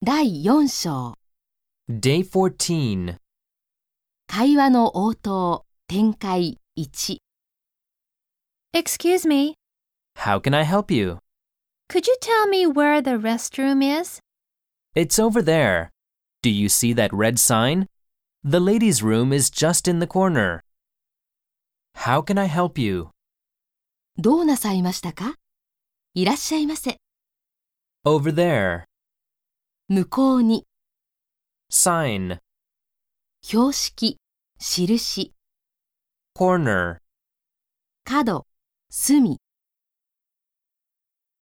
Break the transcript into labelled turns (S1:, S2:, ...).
S1: 第4章、
S2: Day 14.
S1: 会話の応答、展開1。
S3: Excuse me,
S2: How can I help you?
S3: could you tell me where the restroom is?
S2: It's over there. Do you see that red sign? The ladies' room is just in the corner. How can I help you?
S1: どうなさいましたかいらっしゃいませ。
S2: Over there.
S1: 向こうに、
S2: Sign.
S1: 標識、印、
S2: Corner.
S1: 角、隅。